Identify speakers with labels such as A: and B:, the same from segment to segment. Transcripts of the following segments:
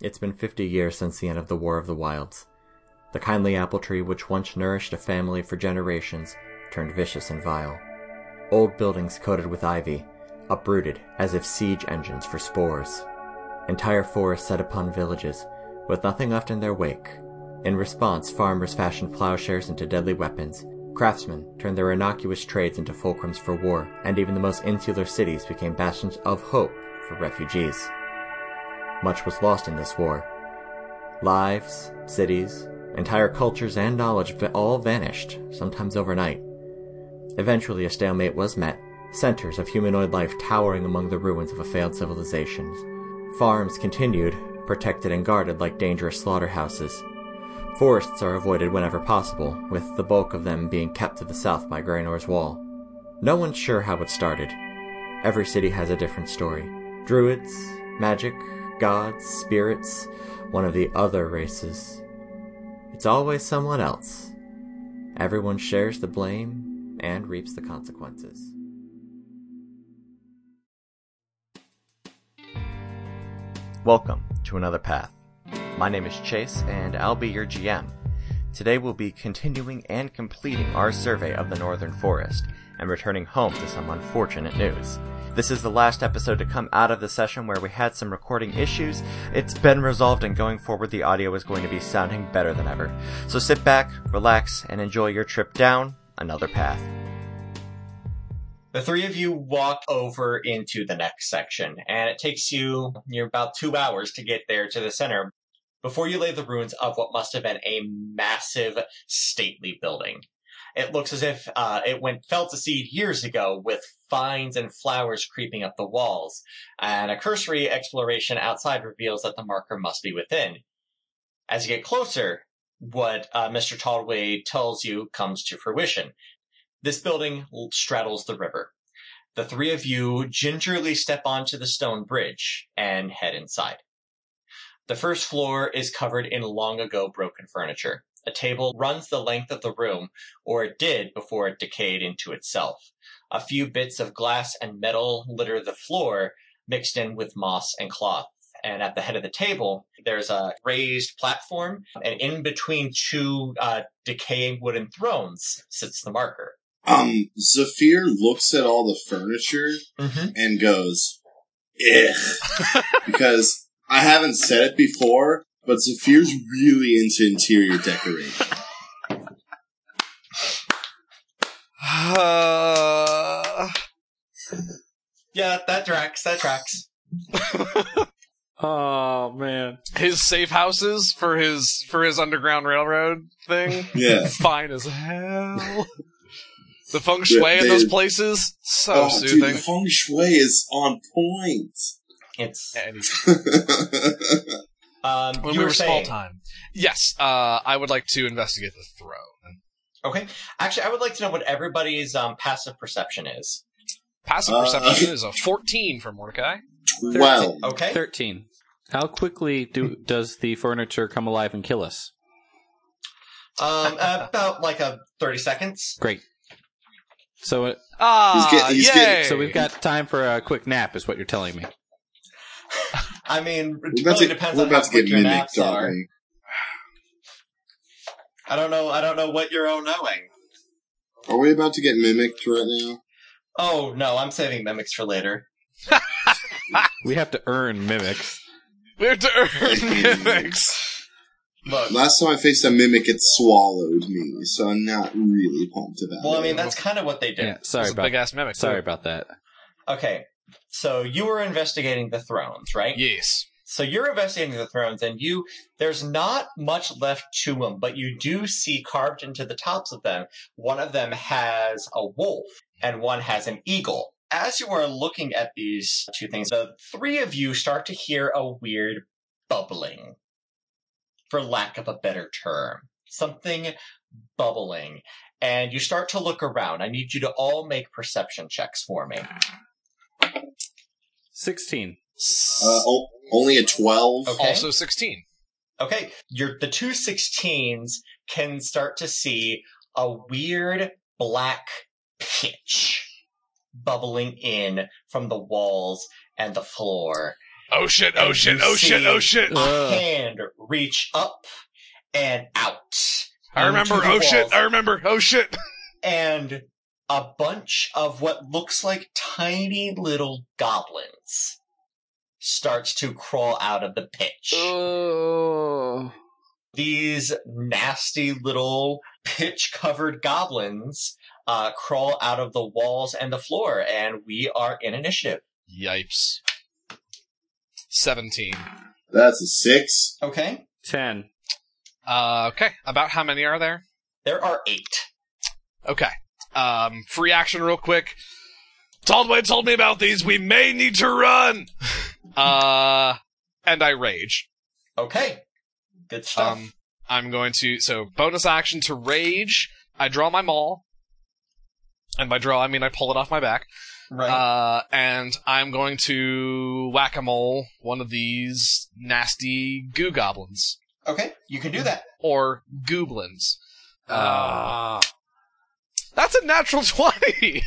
A: It's been 50 years since the end of the War of the Wilds. The kindly apple tree which once nourished a family for generations turned vicious and vile. Old buildings coated with ivy, uprooted as if siege engines for spores. Entire forests set upon villages, with nothing left in their wake. In response, farmers fashioned plowshares into deadly weapons. Craftsmen turned their innocuous trades into fulcrums for war, and even the most insular cities became bastions of hope for refugees. Much was lost in this war. Lives, cities, entire cultures, and knowledge va- all vanished, sometimes overnight. Eventually, a stalemate was met, centers of humanoid life towering among the ruins of a failed civilization. Farms continued, protected and guarded like dangerous slaughterhouses. Forests are avoided whenever possible, with the bulk of them being kept to the south by Greynor's Wall. No one's sure how it started. Every city has a different story. Druids, magic, gods, spirits, one of the other races. It's always someone else. Everyone shares the blame and reaps the consequences. Welcome to Another Path. My name is Chase, and I'll be your GM. Today we'll be continuing and completing our survey of the Northern Forest and returning home to some unfortunate news. This is the last episode to come out of the session where we had some recording issues. It's been resolved, and going forward, the audio is going to be sounding better than ever. So sit back, relax, and enjoy your trip down another path. The three of you walk over into the next section, and it takes you you're about two hours to get there to the center before you lay the ruins of what must have been a massive, stately building. It looks as if uh, it went fell to seed years ago with vines and flowers creeping up the walls, and a cursory exploration outside reveals that the marker must be within. As you get closer, what uh, Mr. Tallway tells you comes to fruition. This building l- straddles the river. The three of you gingerly step onto the stone bridge and head inside. The first floor is covered in long ago broken furniture. A table runs the length of the room, or it did before it decayed into itself. A few bits of glass and metal litter the floor, mixed in with moss and cloth. And at the head of the table, there's a raised platform, and in between two uh, decaying wooden thrones sits the marker.
B: Um, Zafir looks at all the furniture
A: Mm-hmm.
B: and goes, "Ugh," because I haven't said it before, but Zafir's really into interior decorating.
C: Oh,
D: Uh,
A: Yeah, that tracks. That tracks.
C: Oh man.
D: his safe houses for his for his underground railroad thing
B: Yeah.
D: fine as hell the feng shui
B: Yeah,
D: in those
B: they-
D: places so
B: Oh, dude, the
D: soothing
B: feng shui is on point.
A: It's
D: And
A: um,
D: when
A: you
D: we
A: were
D: were small
A: saying-
D: time yes uh, i would like to investigate the throne
A: Okay. Actually, I would like to know what everybody's um, passive perception is.
D: passive
B: Uh,
D: perception is a 14 for mordecai
B: Twelve.
A: Okay.
C: Thirteen. How quickly do does the furniture come alive and kill us?
A: Um, about like a thirty seconds.
C: Great. So uh,
D: ah
B: getting- he's getting-
D: yay!
C: so we've got time for a quick nap is what you're telling me.
A: I mean, it
B: We're about
A: really
B: to,
A: depends
B: we're
A: on how
B: about to
A: quick
B: get
A: your
B: mimicked,
A: naps are.
B: aren't we?
A: I don't know. I don't know what you're all knowing.
B: Are we about to get mimicked right now?
A: Oh no, I'm saving mimics for later.
C: We have to earn mimics.
D: we have to earn mimics
A: Look.
B: Last time I faced a mimic, it swallowed me, so I'm not really pumped about
A: Well,
B: it.
A: I mean, that's kind of what they do.
C: Yeah, sorry
D: It's a
C: about
D: big ass mimic
C: sorry about that.
A: Okay. So you were investigating the thrones, right?
D: yes
A: So you're investigating the thrones, and you there's not much left to them, but you do see carved into the tops of them. One of them has a wolf, and one has an eagle. As you are looking at these two things, the three of you start to hear a weird bubbling, for lack of a better term, something bubbling, and you start to look around. I need you to all make perception checks for me.
C: Sixteen.
B: Uh, o- only a 12?
A: Okay.
D: also 16
A: Okay, your the two 16s can start to see a weird black pitch bubbling in from the walls and the floor.
D: Oh shit, oh shit,
A: You
D: oh shit,
A: see-
D: oh shit.
A: a
C: Ugh.
A: hand reach up and out.
D: I remember,
A: into the
D: oh shit,
A: walls.
D: I remember, oh shit.
A: and a bunch of what looks like tiny little goblins starts to crawl out of the pitch.
C: Oh.
A: These nasty little pitch covered goblins uh, crawl out of the walls and the floor, and we are in initiative.
D: Yipes. 17.
B: That's a six.
A: Okay.
C: Ten.
D: Uh, okay, about how many are there?
A: There are eight.
D: Okay. Um, free action real quick. Taldway told me about these. We may need to run. uh, and I rage.
A: Okay. Good stuff.
D: Um, I'm going to, so bonus action to rage. I draw my maul. And by draw, I mean I pull it off my back.
A: right.
D: Uh, and I'm going to whack a mole one of these nasty goo goblins.
A: okay. You can do that.
D: Or gooblins.
A: Ah.
D: Uh, that's a natural 20!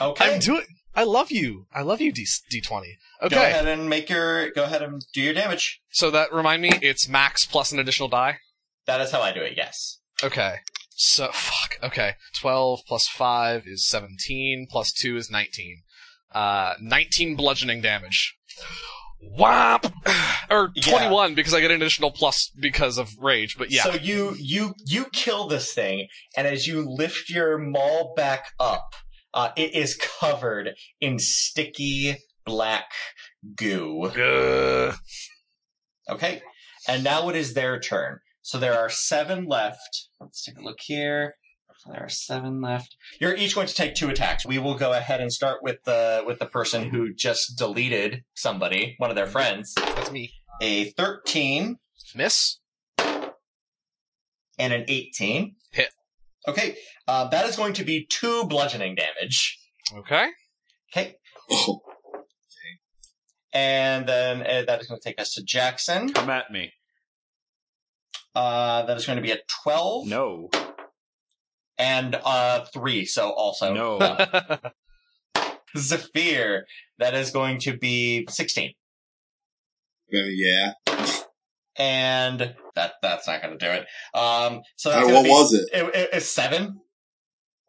A: Okay.
D: I'm doing. I love you. I love you, D- D20.
A: Go
D: Okay.
A: ahead and make your. Go ahead and do your damage.
D: So that remind me, it's max plus an additional die.
A: That is how I do it. Yes.
D: Okay. So fuck. Okay. Twelve plus five is seventeen. Plus two is nineteen. Uh, nineteen bludgeoning damage. Whomp! or
A: Yeah.
D: twenty-one because I get an additional plus because of rage. But yeah.
A: So you you you kill this thing, and as you lift your maul back up, uh, it is covered in sticky black goo.
D: Ugh.
A: Okay, and now it is their turn. So there are seven left. Let's take a look here. There are seven left. You're each going to take two attacks. We will go ahead and start with the with the person who just deleted somebody, one of their friends.
D: that's me.
A: A thirteen
D: Miss.
A: and an 18.
D: Hit.
A: Okay, uh, that is going to be two bludgeoning damage.
D: Okay.
A: Okay,
B: Oh,
A: and then uh, that is going to take us to Jackson.
C: Come at me.
A: Uh, that is going to be a 12
C: No.
A: and uh, 3, so
C: Oh.
A: also.
C: No.
A: Zephyr, that is going to be 16.
B: maybe, yeah.
A: And that that's not going to do it. Um, so that's
B: Uh,
A: gonna
B: what
A: be-
B: was it?
A: It, it- it's 7?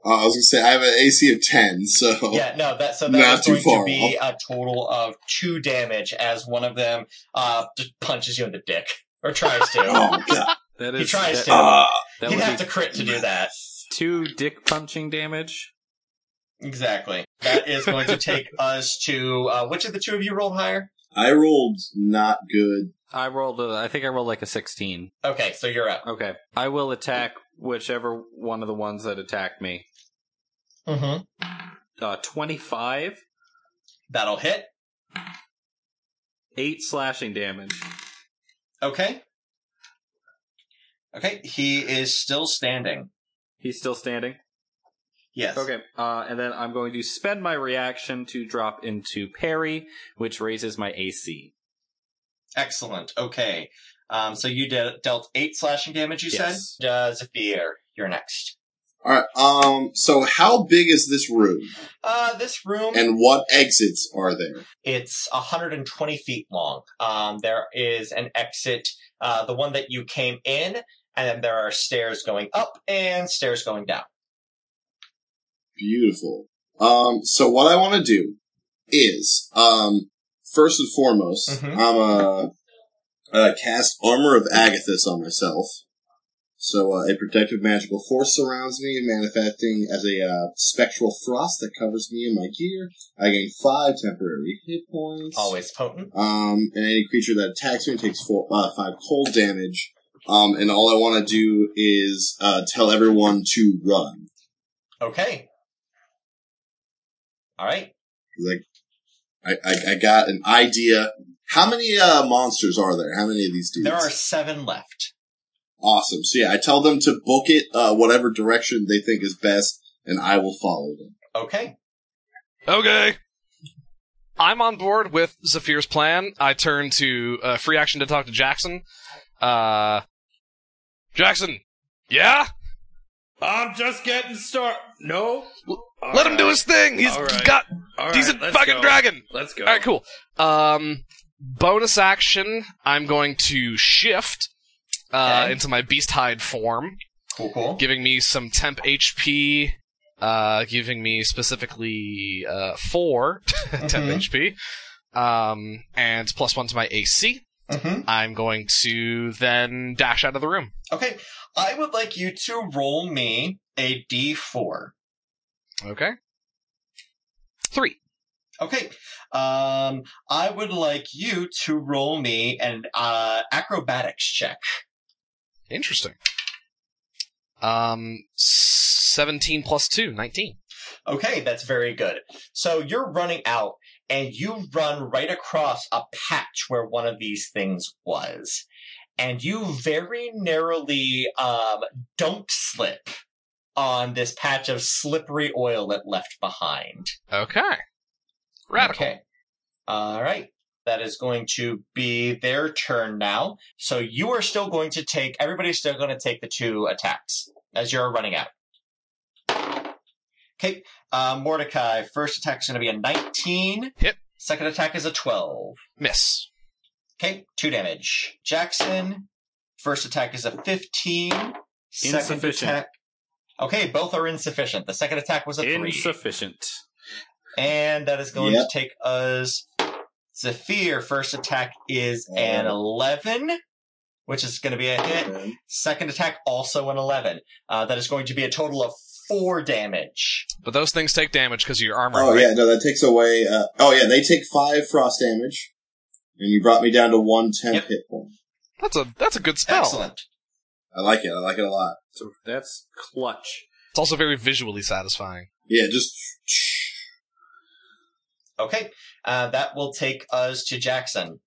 B: Uh, I was gonna say I have an AC of ten, so
A: Yeah, no, that so
B: Oh. Not
A: that's
B: too
A: going to
B: far
A: be a total of two damage as one of them uh, just punches you in the dick. Or tries to.
B: Oh god.
C: That
A: He
C: is
A: tries to.
C: that,
B: Uh,
C: that
A: You'd have
C: would be
A: to crit to do that.
C: two dick punching damage.
A: Exactly. That is going to take us to uh, which of the two of you rolled higher?
B: I rolled not good.
C: I rolled. A, I think I rolled like a sixteen.
A: Okay, so you're up.
C: Okay. I will attack whichever one of the ones that attacked me.
A: Mm-hmm.
C: Uh, Twenty-five,
A: That'll hit.
C: eight slashing damage.
A: Okay. Okay, he is still standing.
C: He's still standing.
A: Yes.
C: Okay. Uh, and then I'm going to spend my reaction to drop into parry, which raises my AC.
A: Excellent. Okay. Um, so you de- dealt eight slashing damage. You
C: Yes.
A: said. Uh, Zephyr, you're next.
B: All right. Um. So how big is this room,
A: Uh, this room.
B: and what exits are there?
A: It's 120 feet long. Um, there is an exit, uh, the one that you came in, and then there are stairs going up and stairs going down.
B: Beautiful. Um. So what I want to do is, um, first and foremost,
A: Mhm.
B: I'm a, uh cast armor of Agathis on myself. So uh, a protective magical force surrounds me, manifesting as a uh, spectral frost that covers me and my gear. I gain five temporary hit points.
A: Always potent.
B: Um, and any creature that attacks me takes four, uh, five cold damage. Um, and all I want to do is uh, tell everyone to run.
A: Okay. All right.
B: Like, I, I, I got an idea. How many uh, monsters are there? How many of these dudes?
A: There are seven left.
B: awesome. So yeah, I tell them to book it uh, whatever direction they think is best, and I will follow them.
A: Okay.
D: Okay. I'm on board with Zephyr's plan. I turn to uh, free action to talk to Jackson. Uh, Jackson, yeah?
E: I'm just getting started. No,
D: Well, Let him do his thing. He's
F: All right.
D: got.
F: All
D: he's
F: right,
D: a
F: let's
D: fucking
F: go.
D: dragon.
F: Let's go.
D: All right, cool. Um, bonus action. I'm going to shift uh,
A: Okay.
D: into my beast hide form,
A: Cool, cool.
D: giving me some temp HP. Uh, giving me specifically uh, four temp
A: Mm-hmm.
D: HP, um, and plus one to my AC.
A: hmm
D: I'm going to then dash out of the room.
A: Okay, I would like you to roll me a d4.
D: Okay. Three.
A: Okay, um, I would like you to roll me an uh, acrobatics check.
D: Interesting. Um, 17 plus 2, 19.
A: Okay, that's very good. So you're running out and you run right across a patch where one of these things was. And you very narrowly um, don't slip on this patch of slippery oil it left behind.
D: Okay. Radical.
A: Okay. All right. That is going to be their turn now. So you are still going to take, everybody's still going to take the two attacks as you're running out. Okay. Uh, Mordecai, first attack is going to be a 19.
D: Hit.
A: Second attack is a 12.
D: Miss.
A: Okay. Two damage. Jackson, first attack is a 15. Second
C: Insufficient.
A: attack- Okay, both are insufficient. The second attack was a 3.
C: Insufficient.
A: And that is going
B: Yep.
A: to take us. Zephyr, first attack is an
B: Uh.
A: 11, which is going to be a hit.
B: Okay.
A: Second attack, also an 11. Uh, that is going to be a total of four damage.
D: But those things take damage because of your armor.
B: Oh
D: right?
B: yeah, no, that takes away. Uh, oh yeah, they take five frost damage, and you brought me down to one temp
A: Yep.
B: hit point.
D: That's a that's a good
C: Oh.
D: spell.
A: Excellent.
B: I like it. I like it a lot.
C: So that's clutch.
D: It's also very visually satisfying.
B: Yeah, just
A: Okay. Uh, that will take us to Jackson.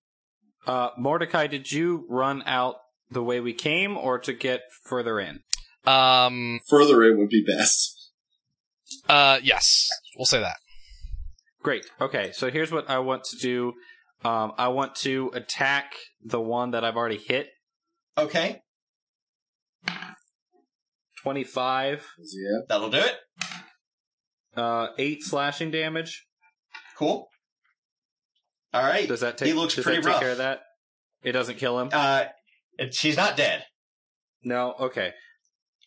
C: Uh, Mordecai, did you run out the way we came, or to get further in?
D: Um
B: further it would be best.
D: uh yes. We'll say that.
C: Great. Okay, so here's what I want to do. Um, I want to attack the one that I've already hit.
A: Okay.
C: Twenty-five,
B: Yeah.
A: That'll do it.
C: uh, eight slashing damage.
A: Cool. All right.
C: Does that take?
A: He looks
C: does
A: pretty
C: that take
A: rough.
C: care of that? It doesn't kill him.
A: Uh, it- she's not dead.
C: no. Okay.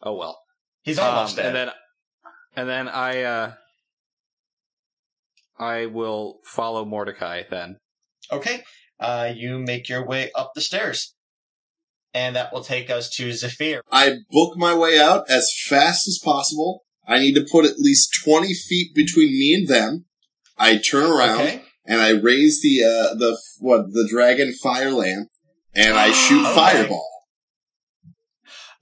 C: Oh well.
A: He's almost
C: Um,
A: dead.
C: And then, and then I, uh, I will follow Mordecai then.
A: Okay. Uh, you make your way up the stairs. And that will take us to Zephyr.
B: I book my way out as fast as possible. I need to put at least twenty feet between me and them. I turn around
A: Okay.
B: and I raise the uh, the f- what the dragon fire lamp, and I shoot
A: Oh, Okay.
B: fireball.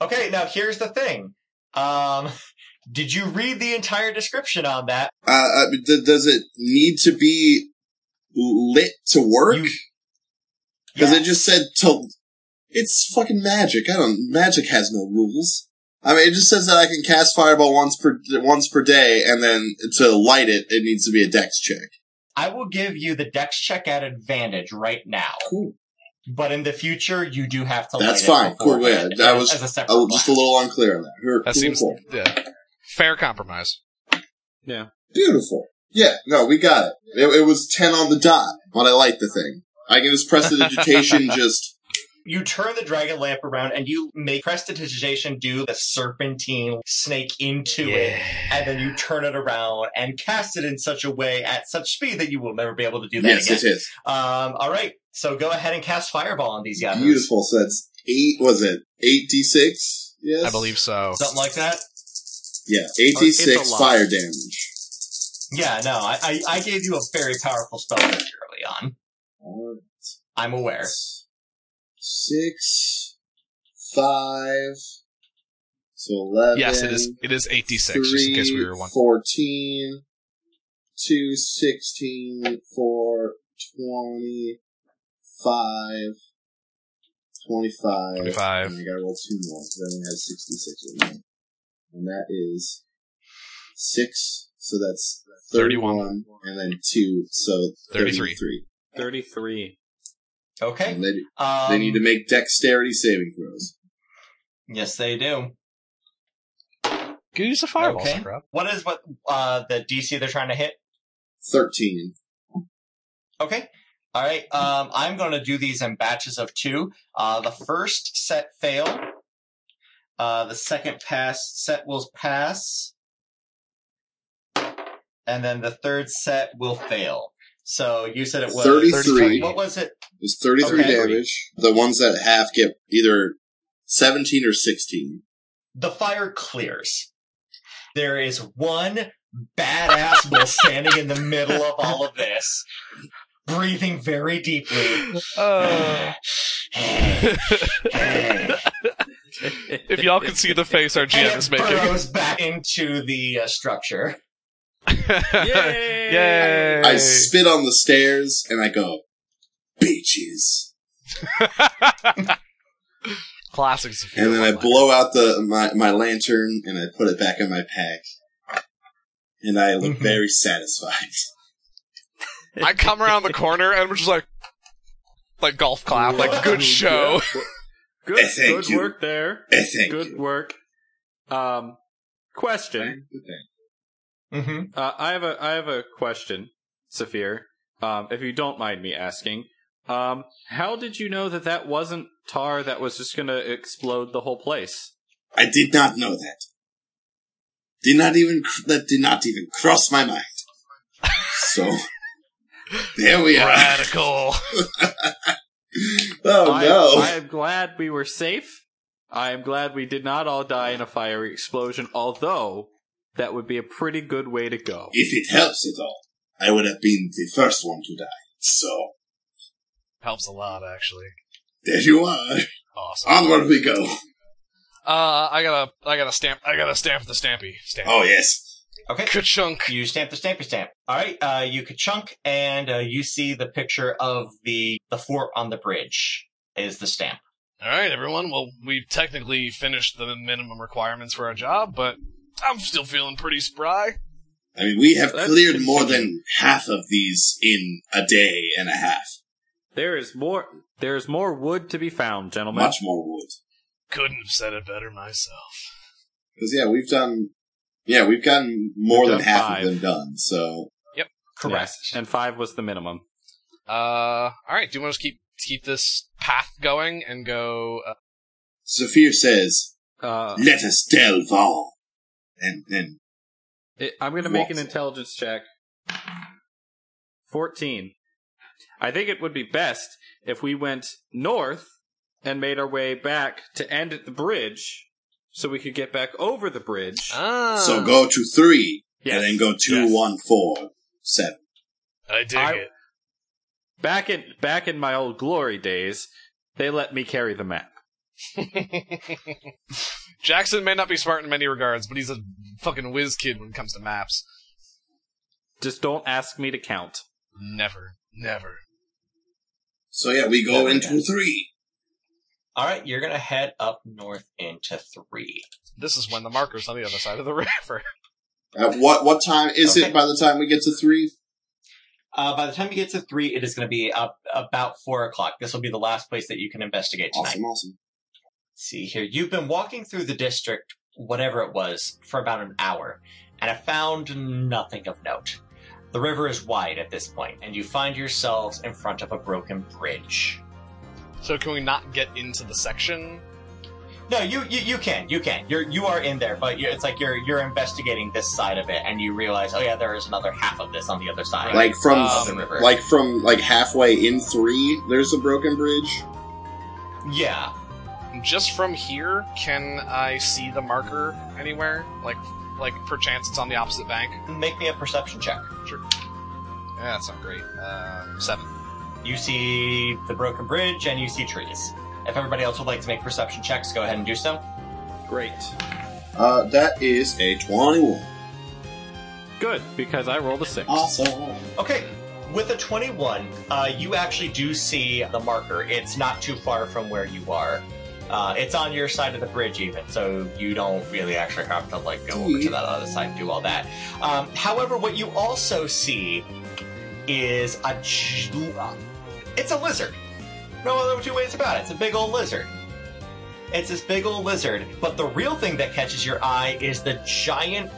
A: Okay, now here's the thing. Um, did you read the entire description on that?
B: Uh, uh, d- does it need to be lit to work?
A: You-
B: Because
A: Yeah.
B: it just said to. It's fucking magic. I don't. Magic has no rules. I mean, it just says that I can cast fireball once per once per day, and then to light it, it needs to be a dex check.
A: I will give you the dex check at advantage right now.
B: Cool.
A: But in the future, you do have to
B: That's
A: light
B: fine.
A: it
B: Cool, yeah.
A: beforehand
B: I
A: as-
B: was-
A: as a separate
B: I was Oh, just a
A: one.
B: little unclear on that. Her-
D: That
B: cool,
D: seems
B: cool.
D: yeah. Fair compromise.
B: beautiful. Yeah. No, we got it. it. It was ten on the dot, but I like the thing. I can just press the digitation. just
A: You turn the dragon lamp around and you make prestidigitation do the serpentine snake into it. and then you turn it around and cast it in such a way at such speed that you will never be able to do that
B: yes,
A: again.
B: it is
A: Um, all right, so go ahead and cast fireball on these guys.
B: beautiful. So that's eight. Was it eight d six? Yes,
D: I believe so.
A: Something like that.
B: Yeah, eight d
C: It's a
B: six
C: lot.
B: fire damage.
A: Yeah, no, I, I, I gave you a very powerful spell very early on.
B: Alright.
A: I'm aware.
B: Six, five, so eleven.
D: Yes, it is it is eight D six, just in case we
B: three,
D: were one.
B: 14, two, 16, four, 20, five, 25.
D: 25.
B: And I gotta roll two more, 'cause I only had 66 right now. And that is six, so that's 31, and then two, so
D: 33.
B: 33.
C: Thirty-three.
A: Okay.
B: And they,
A: Um,
B: they need to make dexterity saving throws.
A: Yes, they do.
D: Use a fireball,
A: Okay.
D: Sakura.
A: What is what uh the DC they're trying to hit?
B: Thirteen.
A: Okay. All right. Um, I'm going to do these in batches of two. Uh, the first set fail. Uh, the second pass set will pass. And then the third set will fail. So you said it was
B: 33.
A: What was it?
B: It's 33
A: Okay.
B: damage. The ones that half get either 17 or 16.
A: The fire clears. There is one badass bull standing in the middle of all of this, breathing very deeply.
D: Uh, if y'all can see the face our GM
A: and
D: is
A: it
D: making.
A: burrows back into the uh, structure.
D: Yay!
B: I spit on the stairs and I go, Beaches.
D: Classic Sophia.
B: And then I
D: Online.
B: blow out the my, my lantern and I put it back in my pack. And I look
C: Mm-hmm.
A: Mhm.
B: very satisfied.
D: I come around the corner and we're just like, like golf clap, like good show.
C: Good,
B: Eh, thank
C: good
B: you.
C: work there.
B: Eh, Thank
C: good
B: you.
C: work. Um, question.
A: Mm-hmm.
C: Uh, I have a I have a question, Saphir. Um, if you don't mind me asking, um, how did you know that that wasn't tar that was just going to explode the whole place?
B: I did not know that. Did not even cr- that did not even cross my mind. So there we are.
D: Radical.
B: Oh
C: I,
B: no!
C: I am glad we were safe. I am glad we did not all die in a fiery explosion. Although that would be a pretty good way to go.
B: If it helps at all, I would have been the first one to die. So,
D: Helps a lot, actually.
B: there you are.
D: Awesome.
B: Onward we go.
D: Uh, I gotta, I gotta stamp, I gotta stamp the stampy. Stamp.
B: Oh, yes.
A: Okay.
D: Ka-chunk.
A: You stamp the stamp, you stamp. All right. Uh, you could chunk, and uh, you see the picture of the the fort on the bridge is the stamp.
D: All right, everyone. Well, we've technically finished the minimum requirements for our job, but I'm still feeling pretty spry.
B: I mean, we have
C: Let's
B: cleared more
C: continue.
B: than half of these in a day and a half.
C: There is more. There is more wood to be found, gentlemen.
B: Much more wood.
D: Couldn't have said it better myself.
B: Because, yeah, we've done. Yeah, we've gotten more
C: We've
B: than
C: done
B: half
C: five.
B: of them done, so.
C: Yes, and five was the minimum.
D: Uh, all right. Do you want us to keep keep this path going and go? Uh,
B: Zephyr says,
C: Uh,
B: Let us delve on. And then.
C: It, I'm going to make an
B: Walks.
C: intelligence check. 14. I think it would be best if we went north and made our way back to end at the bridge so we could get back over the bridge.
D: ah,
B: So go to three,
C: Yes.
B: and then go two,
C: Yes.
B: one, four, seven.
D: I dig
C: I-
D: it.
C: Back in back in my old glory days, they let me carry the map.
D: Jackson may not be smart in many regards, but he's a fucking whiz kid when it comes to maps.
C: Just don't ask me to count.
D: Never, never.
B: So, yeah, we go
C: Never
B: into
C: again.
B: three.
A: All right. You're gonna head up north into three.
D: This is when the marker's on the other side of the river.
B: At what what time is
A: Okay.
B: it by the time we get to three?
A: Uh, by the time you get to three, it is gonna be up about four o'clock. This will be the last place that you can investigate tonight.
B: Awesome, awesome.
A: see here. You've been walking through the district, whatever it was, for about an hour, and have found nothing of note. The river is wide at this point, and you find yourselves in front of a broken bridge.
D: So can we not get into the section?
A: No, you you, you can you can you're you are in there, but you, it's like you're you're investigating this side of it, and you realize, oh yeah, there is another half of this on the other side.
B: Like from
A: of the
D: um,
A: river.
B: like from like halfway in three, there's a broken bridge.
A: yeah,
D: Just from here, can I see the marker anywhere? Like, like perchance it's on the opposite bank.
A: make me a perception check.
D: Yeah, that's not great. Uh, seven.
A: You see the broken bridge, and you see trees. If everybody else would like to make perception checks, go ahead and do so.
C: Great.
B: Uh, that is a twenty-one.
C: Good, because I rolled a six.
B: Awesome.
A: Okay, with a 21, uh, you actually do see the marker. It's not too far from where you are. Uh, it's on your side of the bridge, even, so you don't really actually have to like go over to that other side and do all that. Um, however, what you also see is a j- it's a lizard. No other two ways about it. It's a big old lizard. It's this big old lizard, but the real thing that catches your eye is the giant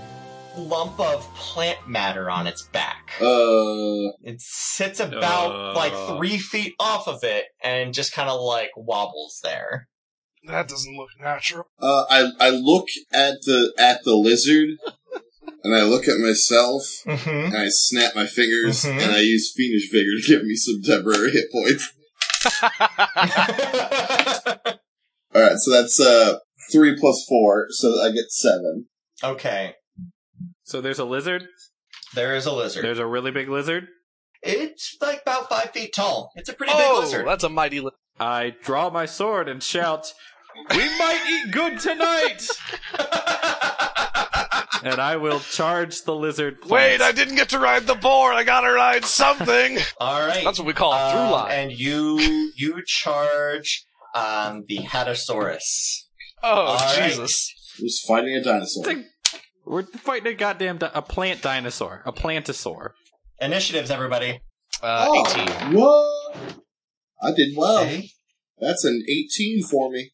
A: lump of plant matter on its back.
B: Uh,
A: It sits about
C: Uh.
A: like three feet off of it and just kind of like wobbles there.
D: That doesn't look natural.
B: uh, I I look at the at the lizard, and I look at myself,
A: Mm-hmm.
B: and I snap my fingers,
A: Mhm.
B: and I use fiendish vigor to give me some temporary hit points.
D: Oh,
B: All right, so that's uh three plus four, so I get seven.
A: okay,
C: So there's a lizard.
A: there is a lizard.
C: There's a really big lizard.
A: It's like about five feet tall. It's a pretty big
D: Oh,
A: lizard.
D: that's a mighty lizard.
C: I draw my sword and shout, "We might eat good tonight!" and I will charge the lizard.
G: Wait,
C: plant.
G: I didn't get to ride the boar. I gotta ride something.
A: All right.
D: That's what we call a through
A: Um,
D: line.
A: And you you charge um, the Hatasaurus.
D: oh,
A: all right.
D: Jesus.
B: Just fighting a dinosaur.
C: Think- We're fighting a goddamn di- a plant dinosaur, a plantosaur.
A: Initiatives, everybody.
D: Uh,
B: Oh,
D: 18.
B: What? I did well.
A: Okay.
B: That's an eighteen for me.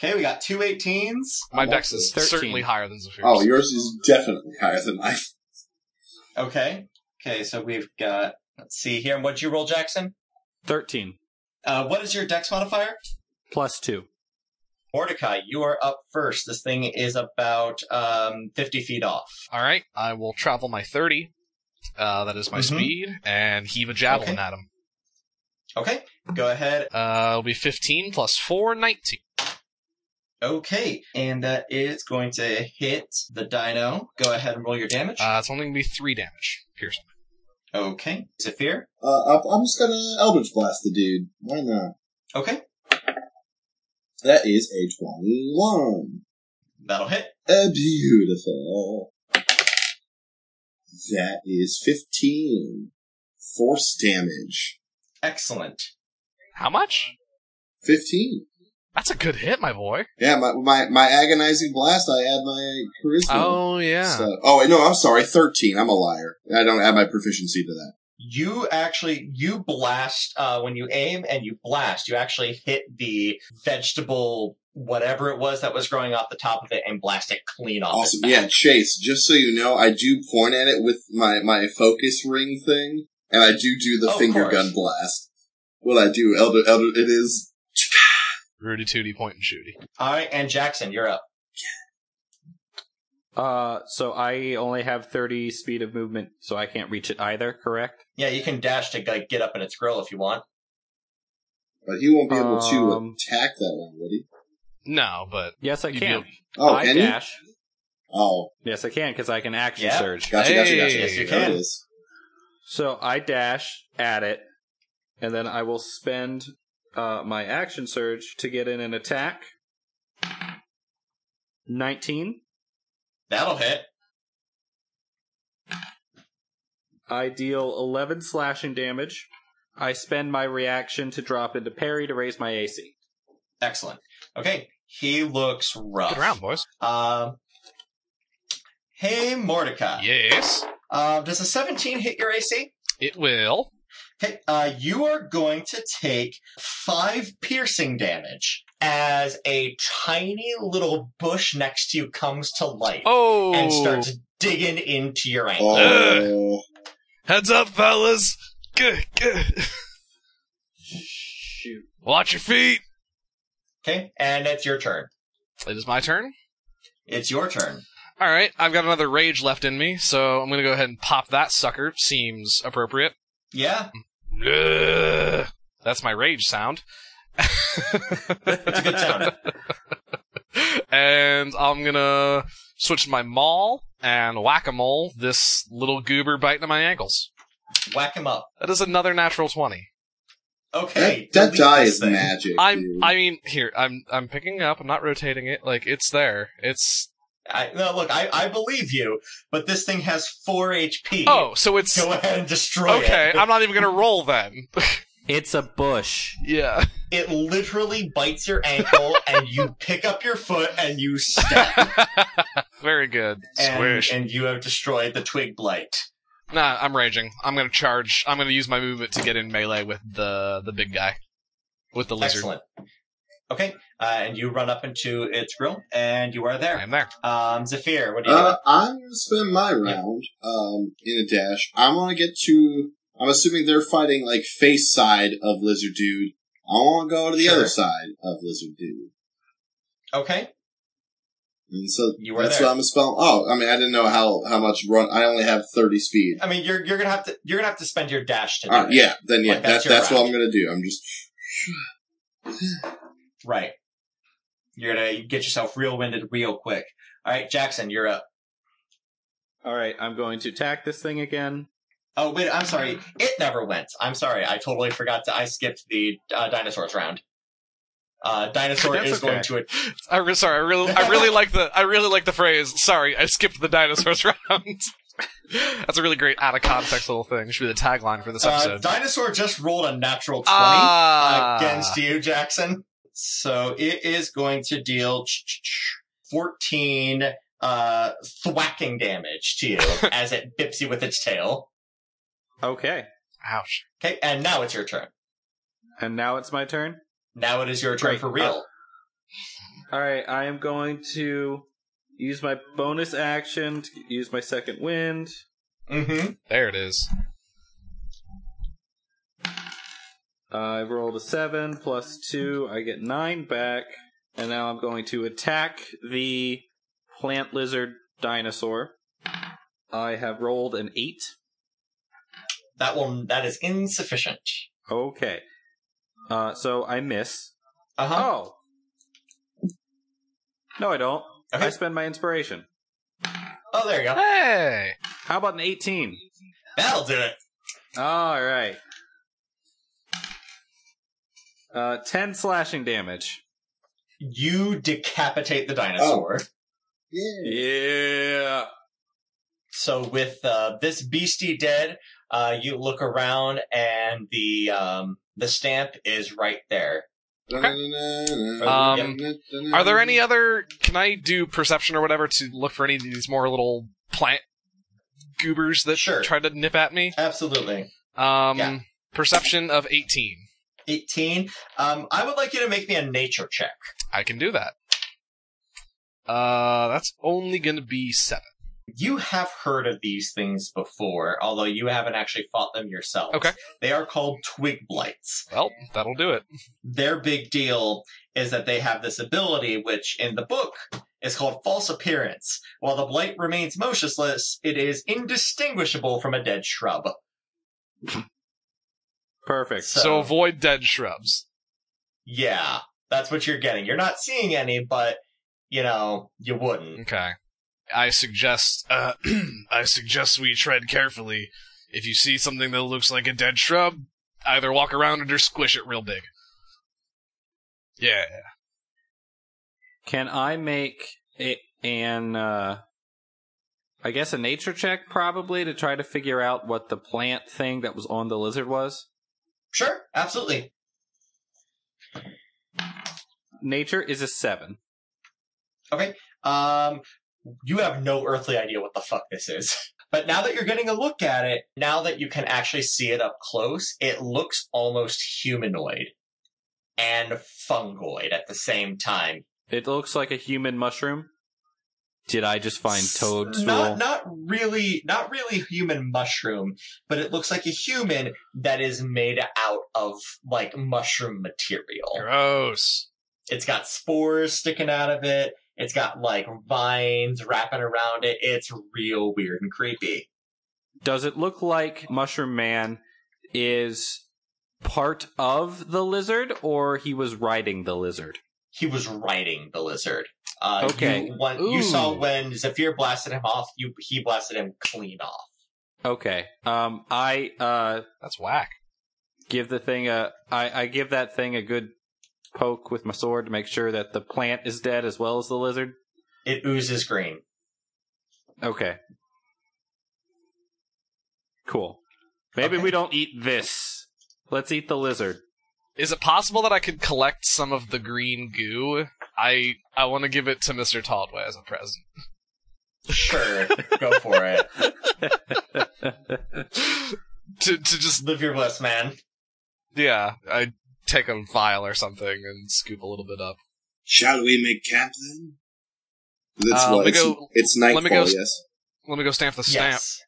A: Okay, we got two 18s.
D: My
B: I'm
D: dex
B: also-
D: is
C: 13.
D: certainly higher than Zephyr's.
B: Oh, yours is definitely higher than mine.
A: Okay. Okay, so we've got, let's see here. And what'd you roll, Jackson?
C: Thirteen
A: Uh, what is your dex modifier?
C: plus two.
A: Mordecai, you are up first. This thing is about um, 50 feet off.
D: All right, I will travel my 30. Uh, that is my
A: Mhm.
D: speed, and heave a javelin
A: Okay.
D: at him.
A: Okay, go ahead.
D: Uh, it'll be 15 plus 4, 19.
A: Okay, and that is going to hit the dino. Go ahead and roll your damage.
D: Uh, it's only going to be 3 damage, piercing.
A: okay, Zephyr.
B: Uh, I'm- I'm just gonna Eldritch Blast the dude. Why not?
A: Okay,
B: That is a 21.
A: that'll hit.
B: A beautiful. That is 15. Force damage.
A: Excellent.
D: How much?
B: 15.
D: That's a good hit, my boy.
B: Yeah, my, my, my agonizing blast, I add my charisma.
D: Oh, yeah.
B: So- oh, wait, no, I'm sorry. 13. I'm a liar. I don't add my proficiency to that.
A: you actually you blast uh, when you aim and you blast you actually hit the vegetable whatever it was that was growing off the top of it and blast it clean off
B: Awesome.
A: its back.
B: Yeah, Chase, just so you know, I do point at it with my, my focus ring thing, and I do do the
A: Of
B: finger
A: course.
B: gun blast. What I do, Elder, Elder, it is,
D: Rudy Tooty, point and shooty.
A: all right and jackson you're up
C: Uh, so I only have thirty speed of movement, so I can't reach it either. Correct?
A: yeah you can dash to like get up in its grill if you want
B: but he won't be able
C: Um,
B: to attack that one, would he?
D: No, but.
C: Yes, I
D: You'd
C: can.
D: be
B: Oh,
C: I
B: can he?
C: dash.
B: Oh,
C: Yes, I can because I can action
A: Yeah.
C: surge.
B: gotcha, gotcha, gotcha.
D: Hey.
A: Yes, you
B: There
A: can.
B: it is.
C: So I dash at it, and then I will spend uh, my action surge to get in an attack. 19.
A: that'll hit
C: I deal 11 slashing damage. I spend my reaction to drop into parry to raise my AC.
A: excellent okay he looks rough
D: Good round, boys.
A: Um, hey mordecai
D: Yes.
A: uh, does a 17 hit your ac
D: It will.
A: Okay, uh, you are going to take five piercing damage as a tiny little bush next to you comes to life
G: Oh.
A: and starts digging into your ankle.
B: Oh,
G: Heads up, fellas. Good, good.
C: Shoot.
G: Watch your feet.
A: Okay, and it's your turn.
D: It is my turn.
A: It's your turn.
D: All right, I've got another rage left in me, so I'm going to go ahead and pop that sucker. Seems appropriate.
A: Yeah,
G: Ugh.
D: That's my rage sound.
A: it's a good sound.
D: and I'm gonna switch to my maul and whack a mole this little goober biting at my ankles.
A: Whack him up.
D: That is another natural twenty.
A: Okay,
B: that, that
A: delete
B: die
A: this
B: is
A: thing.
B: magic.
D: I'm
B: dude.
D: I mean here, I'm I'm picking it up, I'm not rotating it, like it's there. It's
A: I, no, look, I, I believe you, but this thing has four HP.
D: Oh, so it's
A: go ahead and destroy
D: Okay,
A: it.
D: I'm not even gonna roll then.
C: It's a bush.
D: yeah.
A: It literally bites your ankle, and you pick up your foot and you step.
D: Very good.
A: and,
G: Squish.
A: and you have destroyed the twig blight.
D: Nah, I'm raging. I'm gonna charge I'm gonna use my movement to get in melee with the the big guy. With the lizard.
A: Excellent. Okay, uh, and you run up into its grill, and you are
H: I
A: there.
H: am there.
A: Um, Zephyr, what do you
B: Uh, I'm gonna spend my round um, in a dash. I'm gonna get to. I'm assuming they're fighting like face side of Lizard Dude. I want to go to the
A: Sure.
B: other side of Lizard Dude,
A: do? Okay,
B: and so
A: You were
B: that's
A: there.
B: what I'm spell. Oh, I mean, I didn't know how how much run. I only have thirty speed.
A: I mean you're you're gonna have to you're gonna have to spend your dash to do
B: All right,
A: it.
B: uh, yeah, then yeah,
A: Like,
B: that's
A: that's your
B: that's what
A: round.
B: I'm gonna do. I'm just
A: Right. You're gonna get yourself real winded real quick. All right, Jackson, you're up.
C: All right, I'm going to attack this thing again.
A: Oh wait, I'm sorry. It never went. I'm sorry. I totally forgot to. I skipped the uh, dinosaurs round. Uh, dinosaur
C: That's
A: is going
C: okay.
A: to. It.
D: I re- sorry, I really, I really like the, I really like the phrase. Sorry, I skipped the dinosaurs round. That's a really great out of context little thing. Should be the tagline for this
A: Uh,
D: episode.
A: dinosaur just rolled a natural twenty
D: Ah.
A: against you, Jackson. So it is going to deal fourteen uh, thwacking damage to you as it bips you with its tail.
C: Okay,
A: uh,
D: Ouch.
A: Okay, and now it's your turn.
C: and now it's my turn.
A: Now it is your turn
C: Great.
A: for real.
C: All right, I am going to use my bonus action to use my second wind.
A: Mm-hmm.
H: There it is.
C: Uh, I rolled a seven plus two. I get nine back, and now I'm going to attack the plant lizard dinosaur. I have rolled an eight.
A: That will. That is insufficient.
C: Okay, uh, so I miss.
A: Uh huh.
C: Oh, no, I don't.
A: Okay.
C: I spend my inspiration.
A: Oh, there you go.
D: Hey.
C: How about an eighteen?
A: That'll do it.
C: All right. Uh, ten slashing damage.
A: You decapitate the dinosaur.
B: yeah.
C: Yeah.
A: So with uh, this beastie dead, uh, you look around and the um, the stamp is right there.
B: Oh,
D: Um, Are there any other? Can I do perception or whatever to look for any of these more little plant goobers that
A: Sure.
D: tried to nip at me?
A: Absolutely.
D: Um,
A: Yeah.
D: perception of eighteen.
A: Eighteen. Um, I would like you to make me a nature check.
D: I can do that. Uh, that's only gonna be seven.
A: You have heard of these things before, although you haven't actually fought them yourself.
D: Okay.
A: They are called twig blights.
D: Well, that'll do it.
A: their big deal is that they have this ability, which in the book is called false appearance. While the blight remains motionless, it is indistinguishable from a dead shrub.
C: Perfect.
A: So,
D: so avoid dead shrubs.
A: yeah, that's what you're getting. You're not seeing any, but you know you wouldn't.
D: Okay. I suggest uh I suggest we tread carefully. If you see something that looks like a dead shrub, either walk around it or squish it real big. Yeah.
C: Can I make it an uh I guess a nature check probably to try to figure out what the plant thing that was on the lizard was?
A: Sure, absolutely.
C: Nature is a 7.
A: Um, you have no earthly idea what the fuck this is. But now that you're getting a look at it, now that you can actually see it up close, it looks almost humanoid and fungoid at the same time.
C: It looks like a human mushroom. Did I just find toadstool?
A: Not, not really, not really human mushroom, but it looks like a human that is made out of like mushroom material.
D: Gross.
A: It's got spores sticking out of it. It's got like vines wrapping around it. It's real weird and creepy.
C: Does it look like Mushroom Man is part of the lizard or he was riding the lizard?
A: he was riding the lizard. Uh,
C: Okay.
A: You, one, you saw
D: Ooh.
A: when Zephyr blasted him off. You he blasted him clean off.
C: Okay. Um I uh
D: That's whack.
C: give the thing a I, I give that thing a good poke with my sword to make sure that the plant is dead as well as the lizard.
A: It oozes green.
C: Okay. Cool. Maybe
A: Okay.
C: we don't eat this. Let's eat the lizard.
D: Is it possible that I could collect some of the green goo? I I want to give it to Mr. Taldway as a present.
A: Sure, go for it.
D: to to just
A: Live your bliss, man.
D: yeah, I take a vial or something and scoop a little bit up.
B: Shall we make camp then? That's
D: Uh,
B: what
D: let me
B: it's,
D: go-
B: it's
D: let me
B: nightfall.
D: go s-
B: yes.
D: Let me go stamp the stamp.
A: Yes.